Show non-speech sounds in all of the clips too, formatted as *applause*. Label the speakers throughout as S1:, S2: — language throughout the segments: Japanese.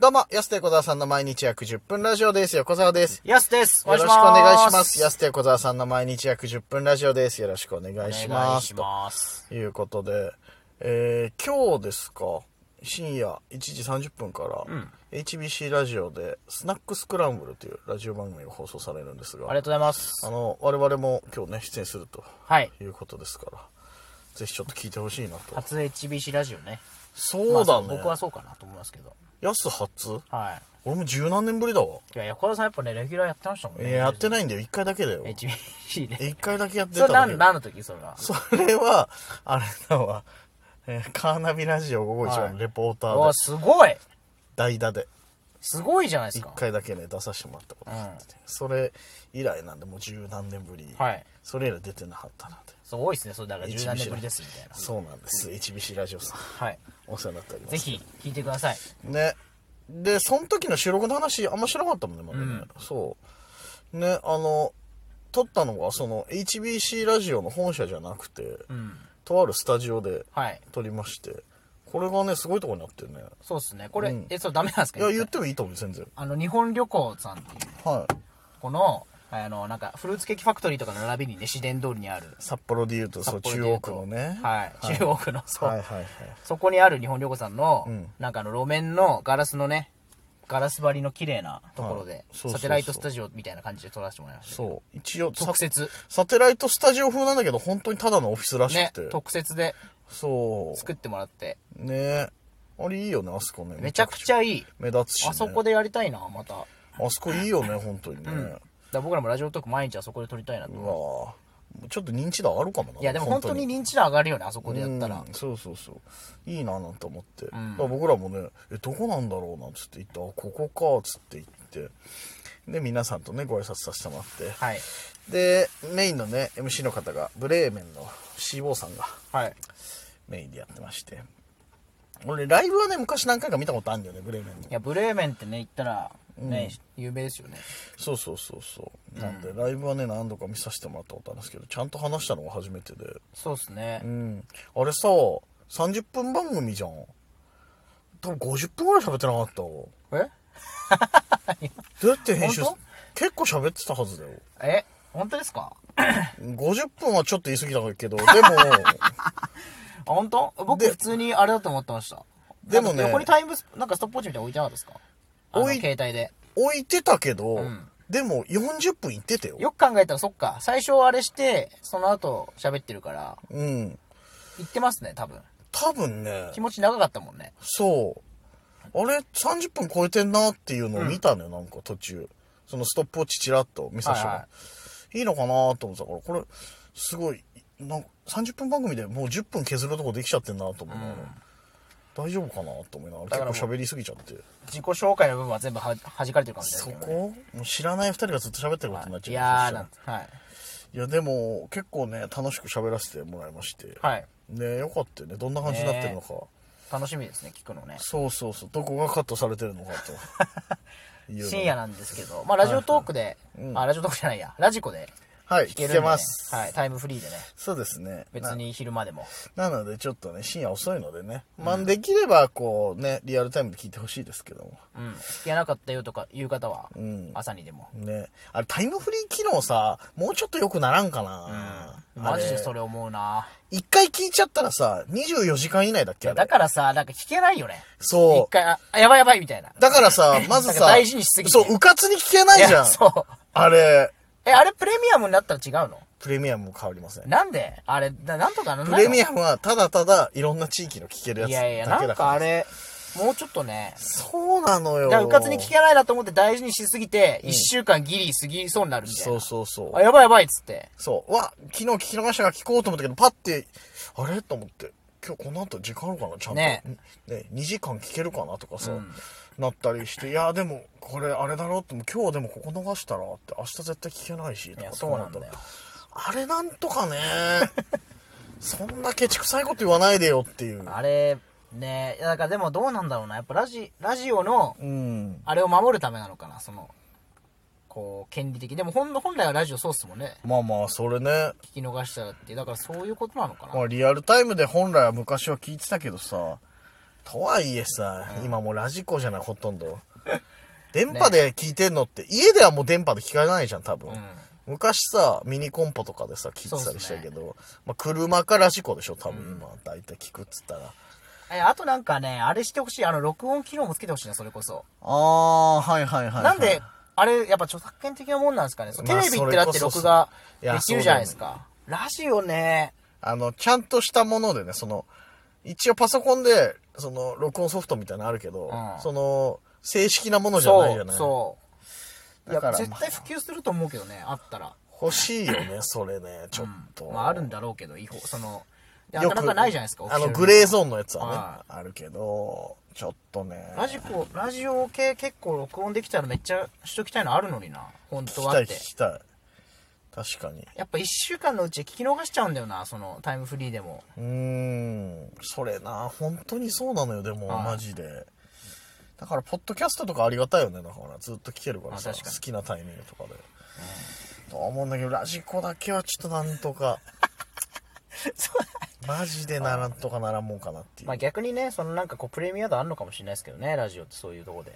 S1: どうも、安手小沢さんの毎日約10分ラジオです。横澤です。
S2: やすです。
S1: よろしくお願いします。安手小沢さんの毎日約10分ラジオです。よろしくお願
S2: お
S1: いし
S2: 願
S1: ま
S2: い
S1: す。
S2: します。
S1: ということで、えー、今日ですか、深夜1時30分から、HBC ラジオで、スナックスクランブルというラジオ番組が放送されるんですが、
S2: ありがとうございます
S1: あ。の、我々も今日ね、出演すると
S2: はい。
S1: いうことですから、ぜひちょっと聞いてほしいなと。
S2: 初 HBC ラジオね。
S1: そうだね。
S2: まあ僕はそうかなと思いますけど。
S1: やす初
S2: は
S1: 俺も十何年ぶりだわ。
S2: い。いや、横田さんやっぱね、レギュラーやってましたもん
S1: い
S2: ね。
S1: ややってないんだよ。一回だけだよ。
S2: HBC ね。
S1: 一回だけやって
S2: そ
S1: た
S2: れ
S1: だ
S2: 何、
S1: け。
S2: 何の時それは。
S1: それは、あれだわ。えーカーナビラジオ551のレポータ
S2: う
S1: ー
S2: わ、
S1: で、
S2: すごい
S1: 代打で、
S2: すごいじゃないです
S1: 一
S2: か。
S1: 回だけね、出させてもらったことがあってて、それ以来なんで、もう十何年ぶり。
S2: はい。
S1: それ以来出てなかったなんで。
S2: すごいですね。それだから10
S1: HBC
S2: 何年ぶりです、みたいな。
S1: そうなんです。HBC ラジオさん。
S2: はい。
S1: お世話になっております。
S2: ぜ。ひ、聞いてください。
S1: ね。で、その時の収録の話、あんましなかったもんね、まだね。そう。ね、あの、撮ったのが、その、HBC ラジオの本社じゃなくて、
S2: うん。
S1: とあるスタジオで
S2: はい。
S1: 撮りまして、これがね、すごいとこになってるね。
S2: そうですね。これ、
S1: うん
S2: え、そうダメなんですか
S1: いや、言ってもいいと思う、全然。
S2: あの、日本旅行さんっていう。
S1: はい。
S2: この、あの、なんか、フルーツケーキファクトリーとかの並びにね、市電通りにある。
S1: 札幌で言うと、そう、
S2: 札幌
S1: 中
S2: で言
S1: 央
S2: うと
S1: 区のね。
S2: はい。中央区の、そう。
S1: はいはいはい。
S2: そこにある日本旅行さんの、
S1: うん
S2: なんかあの、路面のガラスのね、ガラス張りの綺麗なところ
S1: はい
S2: で、
S1: そうそうそう
S2: サテライトスタジオみたいな感じで撮らせてもらいました。
S1: そう。一応、
S2: 特設。
S1: サテライトスタジオ風なんだけど、本当にただのオフィスらし
S2: ね
S1: くて。、
S2: 特設で
S1: そ
S2: 作ってもらって、
S1: う。ねあれいいよね、あそこね。
S2: めちゃくちゃいい。
S1: 目立つし、ね。
S2: あそこでやりたいな、また。だか
S1: あそこいいよね、本当にね。
S2: ら僕らもラジオトーク毎日あそこで撮りたいなと。
S1: うわぁちょっと認知度あるかもな。
S2: いや、でも本当に認知度上がるよね、あそこでやったら
S1: う。んそうそうそういいななんて思って、だから僕らもね「えどこなんだろう?」なんつって言って「あここか」つって言ってで皆さんとねご挨拶させてもらって
S2: はい。
S1: でメインのね MC の方がブレーメンの CBO さんが
S2: はい。
S1: メインでやってまして俺ライブはね昔何回か見たことあるんだよねブレーメンの
S2: いや、ブレーメンってね、行ったら、ね、有名ですよね。
S1: そうそうそうそうなんで、ライブはね何度か見させてもらったことあるんですけどちゃんと話したのが初めてで
S2: そうですね。
S1: うんあれさ30分番組じゃん多分50分ぐらい喋ってなかったわ
S2: え
S1: どうやって編集す
S2: 本
S1: 結構喋ってたはずだよ
S2: え本当ですかあ、
S1: 50分はちょっと言い過ぎた *laughs* けどでも
S2: 本当僕普通にあれだと思ってました。
S1: でもね
S2: なんか横にタイムス、なんかストップウォッチみたいなの置いてなかったですかあの
S1: 置い
S2: 携帯で。
S1: 置いてたけど、
S2: ん
S1: でも40分いってたよ
S2: よく考えたらそっか。最初あれして、その後喋ってるから、
S1: うん
S2: 行ってますね、多分。
S1: 多分ね
S2: 気持ち長かったもんね。
S1: そうあれ30分超えてんなっていうのを見たのよ、なんか途中そのストップウォッチチラッと見させてもらって、
S2: はい
S1: いのかなと思ってたからこれすごいなんか30分番組でもう10分削るとこできちゃってんなと思いながら、大丈夫かなと思いなが
S2: だかららもう
S1: 結構喋りすぎちゃって
S2: 自己紹介の部分は全部は弾かれてる感じ
S1: そ
S2: だ
S1: こもう知らない2人がずっと喋ってることになっちゃう
S2: いやーなん
S1: そした
S2: て。はい。
S1: らいやでも結構ね楽しく喋らせてもらいまして、
S2: はい。
S1: ねよかったよねどんな感じになってるのか、
S2: 楽しみですね、聞くのね。
S1: そうそうそうどこがカットされてるのか
S2: *laughs*
S1: というの
S2: 深夜なんですけど、まあラジオトークで、あ、ラジオトークじゃないや、ラジコで
S1: はい聞
S2: 聞け
S1: け,、
S2: るんでね、
S1: ます、
S2: はい、タイムフリーでね。
S1: そうですね
S2: 別に昼間でも。
S1: ななのでちょっとね深夜遅いのでね、まあできればこうねリアルタイムで聞いてほしいですけども
S2: うん、聞けなかったよとかいう方は、
S1: ん
S2: 朝にでも
S1: ねあれタイムフリー機能さもうちょっと良くならんかな、
S2: マジでそ
S1: れ
S2: れ思うな
S1: 一回聞いちゃったらさ24時間以内だっけあれ
S2: だからさなんか聞けないよね
S1: そう
S2: 一回ああやばいやばいみたいな
S1: だからさ、まず
S2: なん
S1: さ、
S2: か大事にしすぎて
S1: そう、うかつに聞けないいじゃ
S2: や
S1: ん。
S2: そう
S1: あれ、
S2: えあれプレミアムになったら違うの
S1: プレミアムも変わりません。
S2: なんであれななんとかな
S1: プレミ
S2: ム
S1: アムはただただいろんな地域の聞けるやつ
S2: い
S1: だ
S2: やいや
S1: けだ
S2: な
S1: から。
S2: んかあれもうちょっとね
S1: そうなのよ。
S2: だからうかつに聞けないなと思って大事にしすぎて一週間ギリ過ぎそうになるみたいな
S1: そうそうそう
S2: あ。やばいやばいっつって
S1: そう。わ、昨日聞き逃したから聞こうと思ったけど、パッて、あれと思って、今日この後時間あるかなちゃんと。
S2: ね
S1: ね2時間聞けるかなとかさ、なったりして、いや、でも、これあれだろって、もう今日でもここ逃したらって、明日絶対聞けないし、と
S2: い
S1: か
S2: や
S1: って
S2: そうなんだよ
S1: ったらあれなんとかね、そんなケチくさいこと言わないでよっていう。
S2: *laughs* あれねいやだからでもどうなんだろうなやっぱラジラジオの
S1: うん。
S2: あれを守るためなのかな、その、こう、権利的。でも本、本来はラジオそうっすもんね。
S1: まあまあ、それね。
S2: 聞き逃したらって。だからそういうことなのかな。
S1: まあ、リアルタイムで本来は昔は聞いてたけどさ、とはいえさ、今もうラジコじゃない、ほとん *laughs* ど。電波で聞いてんのって、家ではもう電波で聞かないじゃん、多分。
S2: うん
S1: 昔さ、ミニコンポとかでさ、聞いてたりしたけど、まあ、車かラジコでしょ、多分今、だいたい聞くっつったら。
S2: えあとなんかねあれしてほしいあの録音機能もつけてほしいなそれこそ
S1: あー、はいはいはい、
S2: なんで、あれ、やっぱ著作権的なもんなんですかね。そうテ
S1: まあ
S2: レビってだって
S1: それこそ
S2: 録画
S1: いや
S2: できるじゃないですか。ラジオね。
S1: あの、ちゃんとしたものでね、その、一応パソコンで、その、録音ソフトみたいなのあるけど、
S2: うん
S1: その、正式なものじゃないじ
S2: そ
S1: ゃ
S2: う、
S1: ない
S2: そう。い
S1: だか
S2: や、
S1: ら
S2: 絶対普及すると思うけどね、あったら。
S1: 欲しいよね、それね、ちょっと。
S2: まあ、あるんだろうけど、違法、その、なかなかないじゃないです
S1: あの、
S2: か、オフィシャル
S1: グレーゾーンのやつはね、
S2: は
S1: あるけど、ちょっとね。
S2: ラジコ、ラジオ系結構録音できたらめっちゃしときたいのあるのにな。本
S1: 聞
S2: 当
S1: き
S2: は
S1: た
S2: っ
S1: い、
S2: て
S1: 聞。きたい。確かに。
S2: やっぱ一週間のうち聞き逃しちゃうんだよな、そのタイムフリーでも。
S1: うーん、それな、本当にそうなのよ、でも、
S2: はい
S1: マジで。だから、ポッドキャストとかありがたいよね、だから、ずっと聞けるからさ、
S2: あ
S1: 好
S2: 確かに
S1: きなタイミングとかで。とは思うんだけど、ラジコだけはちょっとなんと
S2: *laughs*
S1: か、マジでならんとかならんもんかなっていう。
S2: まあ逆にね、そのなんかこうプレミア度あるのかもしれないですけどね、ラジオってそういうとこで。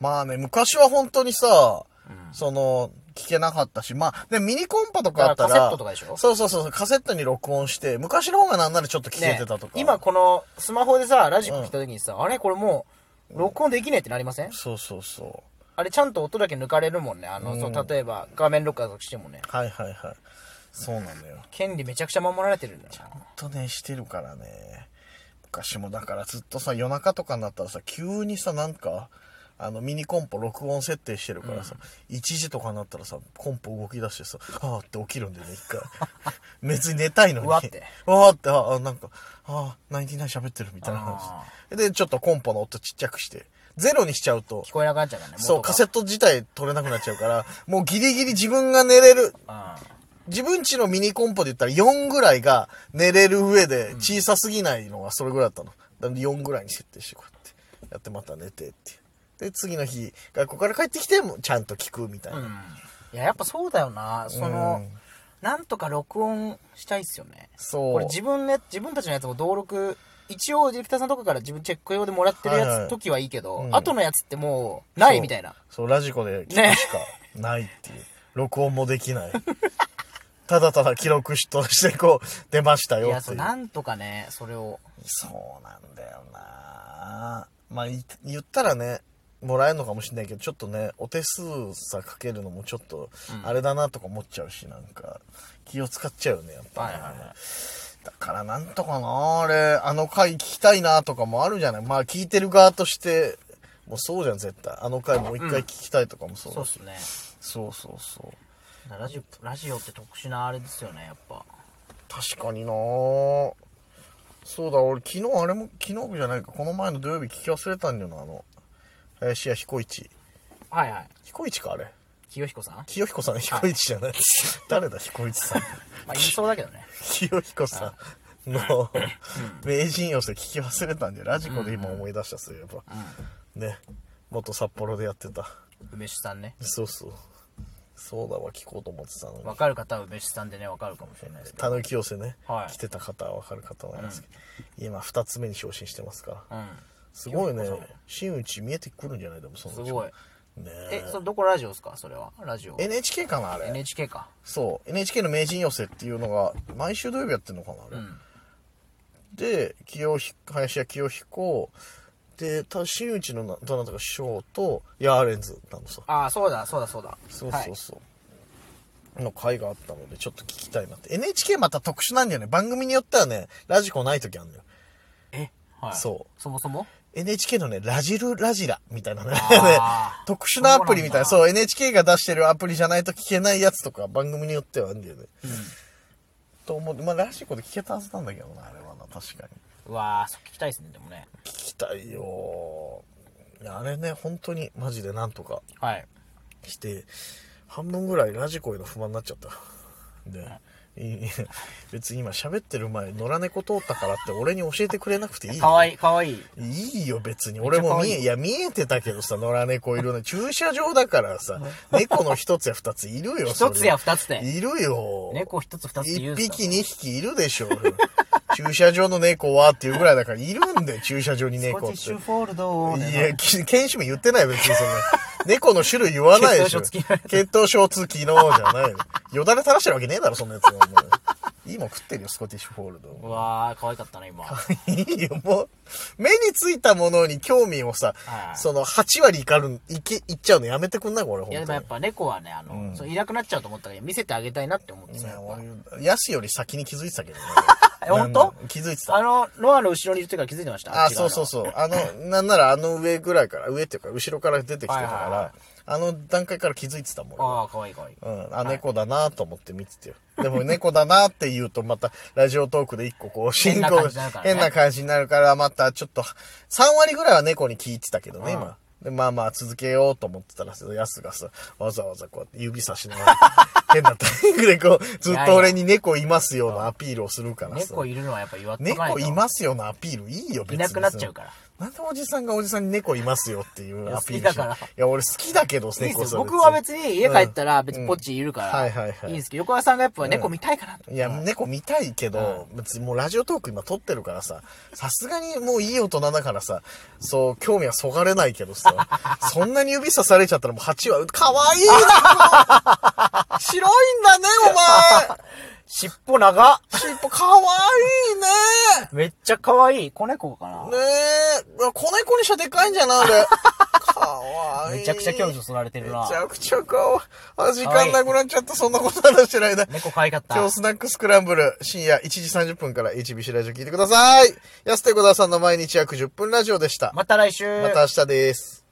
S1: まあね、昔は本当にさ、その、聞けなかったし、まあ、で、ミニコンパとかあったら、
S2: だからカセットとかでしょ
S1: そうそうそう、カセットに録音して、昔の方がなんならちょっと聞けてたとか。
S2: ね今このスマホでさラジコ来た時にさ、あれこれもう録音できねえってなりません、
S1: そうそうそう。
S2: あれちゃんと音だけ抜かれるもんねあの、そう例えば画面録画とかしてもね
S1: はいはいはい。そうなんだよ。
S2: 権利めちゃくちゃ守られてるんだよな
S1: とねしてるからね昔もだからずっとさ夜中とかになったらさ急にさなんかあのミニコンポ録音設定してるからさ、1時とかになったらさコンポ動き出してさ「ああ」って起きるんだよね一回 *laughs* 別に寝たいのに
S2: うわって
S1: うわってああなんか「ああ99喋ってる」みたいな
S2: あ
S1: 感じでちょっとコンポの音ちっちゃくしてゼロにしちゃうと
S2: 聞こえなくなっちゃうからね
S1: そうカセ
S2: ッ
S1: ット自体取れなくなっちゃうからもうギリギリ自分が寝れる
S2: トあ
S1: 自分家のミニコンポで言ったら4ぐらいが寝れる上で小さすぎないのがそれぐらいだったの。だから4ぐらいに設定してこうやってやってまた寝てっていう。で、次の日、学校から帰ってきてもちゃんと聞くみたいな。
S2: いややっぱそうだよなその、なんとか録音したいっすよね
S1: そう
S2: これ自分ね自分たちのやつも登録一応ディレクターさんとかから自分チェック用でもらってるやつ、
S1: はいはい
S2: 時はいいけど、
S1: ん
S2: 後のやつってもうないみたいな
S1: そう、ラジコで聞くしかないっていう。録音もできない。ただただ記録しとしてこう、出ました
S2: い
S1: よ
S2: や
S1: ってい
S2: そ
S1: うう。
S2: なんとかねそれを
S1: そうなんだよなまあい言ったらねもらえるのかもしれないけどちょっとねお手数さかけるのもちょっとあれだなとか思っちゃうし、なんか気を使っちゃうよねやっぱね、
S2: はいはいは
S1: だからなんとかなあれあの回聞きたいなとかもあるじゃないまあ聞いてる側としてもうそうじゃん絶対あの回もう一回聞きたいとかもそう
S2: そう
S1: だし、
S2: っすね
S1: そうそうそう
S2: ラジオラジオって特殊なあれですよねやっぱ
S1: 確かになあそうだ俺昨日あれも昨日じゃないかこの前の土曜日聞き忘れたんだよなあの林家彦一
S2: はいはい
S1: 彦一かあれ
S2: 清彦さんま
S1: 清彦さん彦一じゃない、 *laughs* 誰だ彦一さん
S2: あ言いそうだけどね
S1: 清彦さんの名人寄せ聞き忘れたんでラジコで今思い出したそういえば、ね元札幌でやってた
S2: 梅酒さんね
S1: そうそうそうだわ聞こうと思ってたのに
S2: 分かる方は梅酒さんでね分かるかもしれないですけど
S1: たぬき寄せね、
S2: はい
S1: 来てた方は分かる方なんですけど、今2つ目に昇進してますから、
S2: うん
S1: すごいね。真打ち見えてくるんじゃないでもその
S2: す
S1: うち
S2: ごい。
S1: ね
S2: え
S1: え。
S2: それどこラジオですかそれはラジオ
S1: NHK かなあれ。
S2: NHK か
S1: そう。NHK の名人寄せっていうのが、毎週土曜日やってんのかなあれ。で、清ひ林家清彦、で、た真打ちのなどなたか師匠と、ヤーレンズなのさ。
S2: ああそうだそうだそうだ
S1: そう
S2: は
S1: そう
S2: い
S1: そう。の回があったので、ちょっと聞きたいなって。NHK また特殊なんだよね。番組によってはね、ラジコない時あるのよ。
S2: えはい
S1: そう
S2: そもそも
S1: NHK のね、ラジルラジラみたい *laughs* なね、
S2: あー
S1: 特殊なアプリみたいな、
S2: そ
S1: そう NHK が出してるアプリじゃないと聞けないやつとか番組によってはあるんだよね。と思って、まあラジコで聞けたはずなんだけどな、あれはな、確かに。
S2: うわあそう聞きたいですねでもね
S1: 聞きたいよいやあれね、本当にマジでなんとか
S2: はい
S1: して、半分ぐらいラジコへの不満になっちゃった。で、いい別に今喋ってる前野良猫通ったからって俺に教えてくれなくていいよ
S2: かわいい、かわいい。
S1: いいよ別に
S2: っち
S1: 俺
S2: ゃ可愛い
S1: も見えいや見えてたけどさ野良猫いるの駐車場だから
S2: *laughs*
S1: さ猫の一つや二ついるよそりゃ
S2: 一つや二つで。
S1: いるよ
S2: 猫一つ二つで言
S1: 一
S2: うんですか
S1: 匹二匹いるでしょう *laughs* 駐車場の猫はっていうぐらいだからいる
S2: *laughs*
S1: んだよ駐車場に
S2: スコ
S1: 猫
S2: ティ
S1: っ
S2: ッ
S1: て
S2: シュフォールド
S1: いや、き犬種名言ってないよ別にそんな。猫の種類言わないでしょ。
S2: 血統
S1: 血糖症付きのじゃないよ。よだれ垂らしてるわけねえだろ、そんなやつはもう。いいもん食ってるよ、スコティッシュフォールド。
S2: うわー、可愛かったな、今。
S1: いいよ、もう、目についたものに興味をさ
S2: は、い
S1: その8割いかるん、いけ、いっちゃうのやめてくんないこれ、ほん
S2: い
S1: と
S2: や、でもやっぱ猫はね、あの、そういなくなっちゃうと思ったから、見せてあげたいなって思ってたよ。
S1: に。やすより先に気づいてたけどね
S2: *laughs* 。えほんと
S1: なんだ気づいてた。
S2: あの、ノアの後ろにいる時から気づいてました
S1: あ、そうそう
S2: う。
S1: そう。あの、なんならあの上ぐらいから、上っていうか、後ろから出てきてたか
S2: はいはいは
S1: ら、あの段階から気づいてたもん。
S2: ああ、可愛い可愛い。
S1: うん、あ、猫だなと思って見ててよ。でも猫だなって言うとまたラジオトークで一個こう進
S2: 変な
S1: 行
S2: 感じになるからね
S1: 変な感じになるからまたちょっと3割ぐらいは猫に聞いてたけどね、
S2: うん
S1: 今。で、まあまあ続けようと思ってたら、そのヤスがさ、わざわざこうやって指差しながら、 *laughs* 変なタイミングでこう、ずっと俺に猫いますようなアピールをするからさ。
S2: 猫いるのはやっぱ言わっとかないと。
S1: 猫いますよのアピールいいよ別に
S2: いなくなっちゃうから。
S1: なんでおじさんがおじさんに猫いますよっていうアピールし
S2: いや好きだから
S1: いや俺好きだけど
S2: いいです
S1: 猫
S2: よ
S1: さ
S2: 僕は別に家帰ったら別にポッチいるから、
S1: うんはいはいはい
S2: んですけど横川さんがやっぱ猫見たいかなと、
S1: いや、猫見たいけど、別にもうラジオトーク今撮ってるからさ、さすがにもういい大人だからさ、そう、興味はそがれないけど
S2: *laughs*
S1: さ、そんなに指さされちゃったらもう蜂は、かわいいな白いんだね、
S2: 尻尾長っ
S1: お前尻尾かわいいね
S2: めっちゃ可愛い子猫かな、
S1: ねえ、うわ子猫にしちゃでかいんじゃない俺。
S2: *laughs*
S1: かわいい。
S2: めちゃくちゃ教授育られてるな
S1: めちゃくちゃかわいい。あ、時間なくなっちゃった、そんなこと話してる間。
S2: 猫可愛かった
S1: 今日スナックスクランブル、深夜1時30分から HBC ラジオ聞いてください。安手小沢さんの毎日約10分ラジオでした。
S2: また来週
S1: また明日です。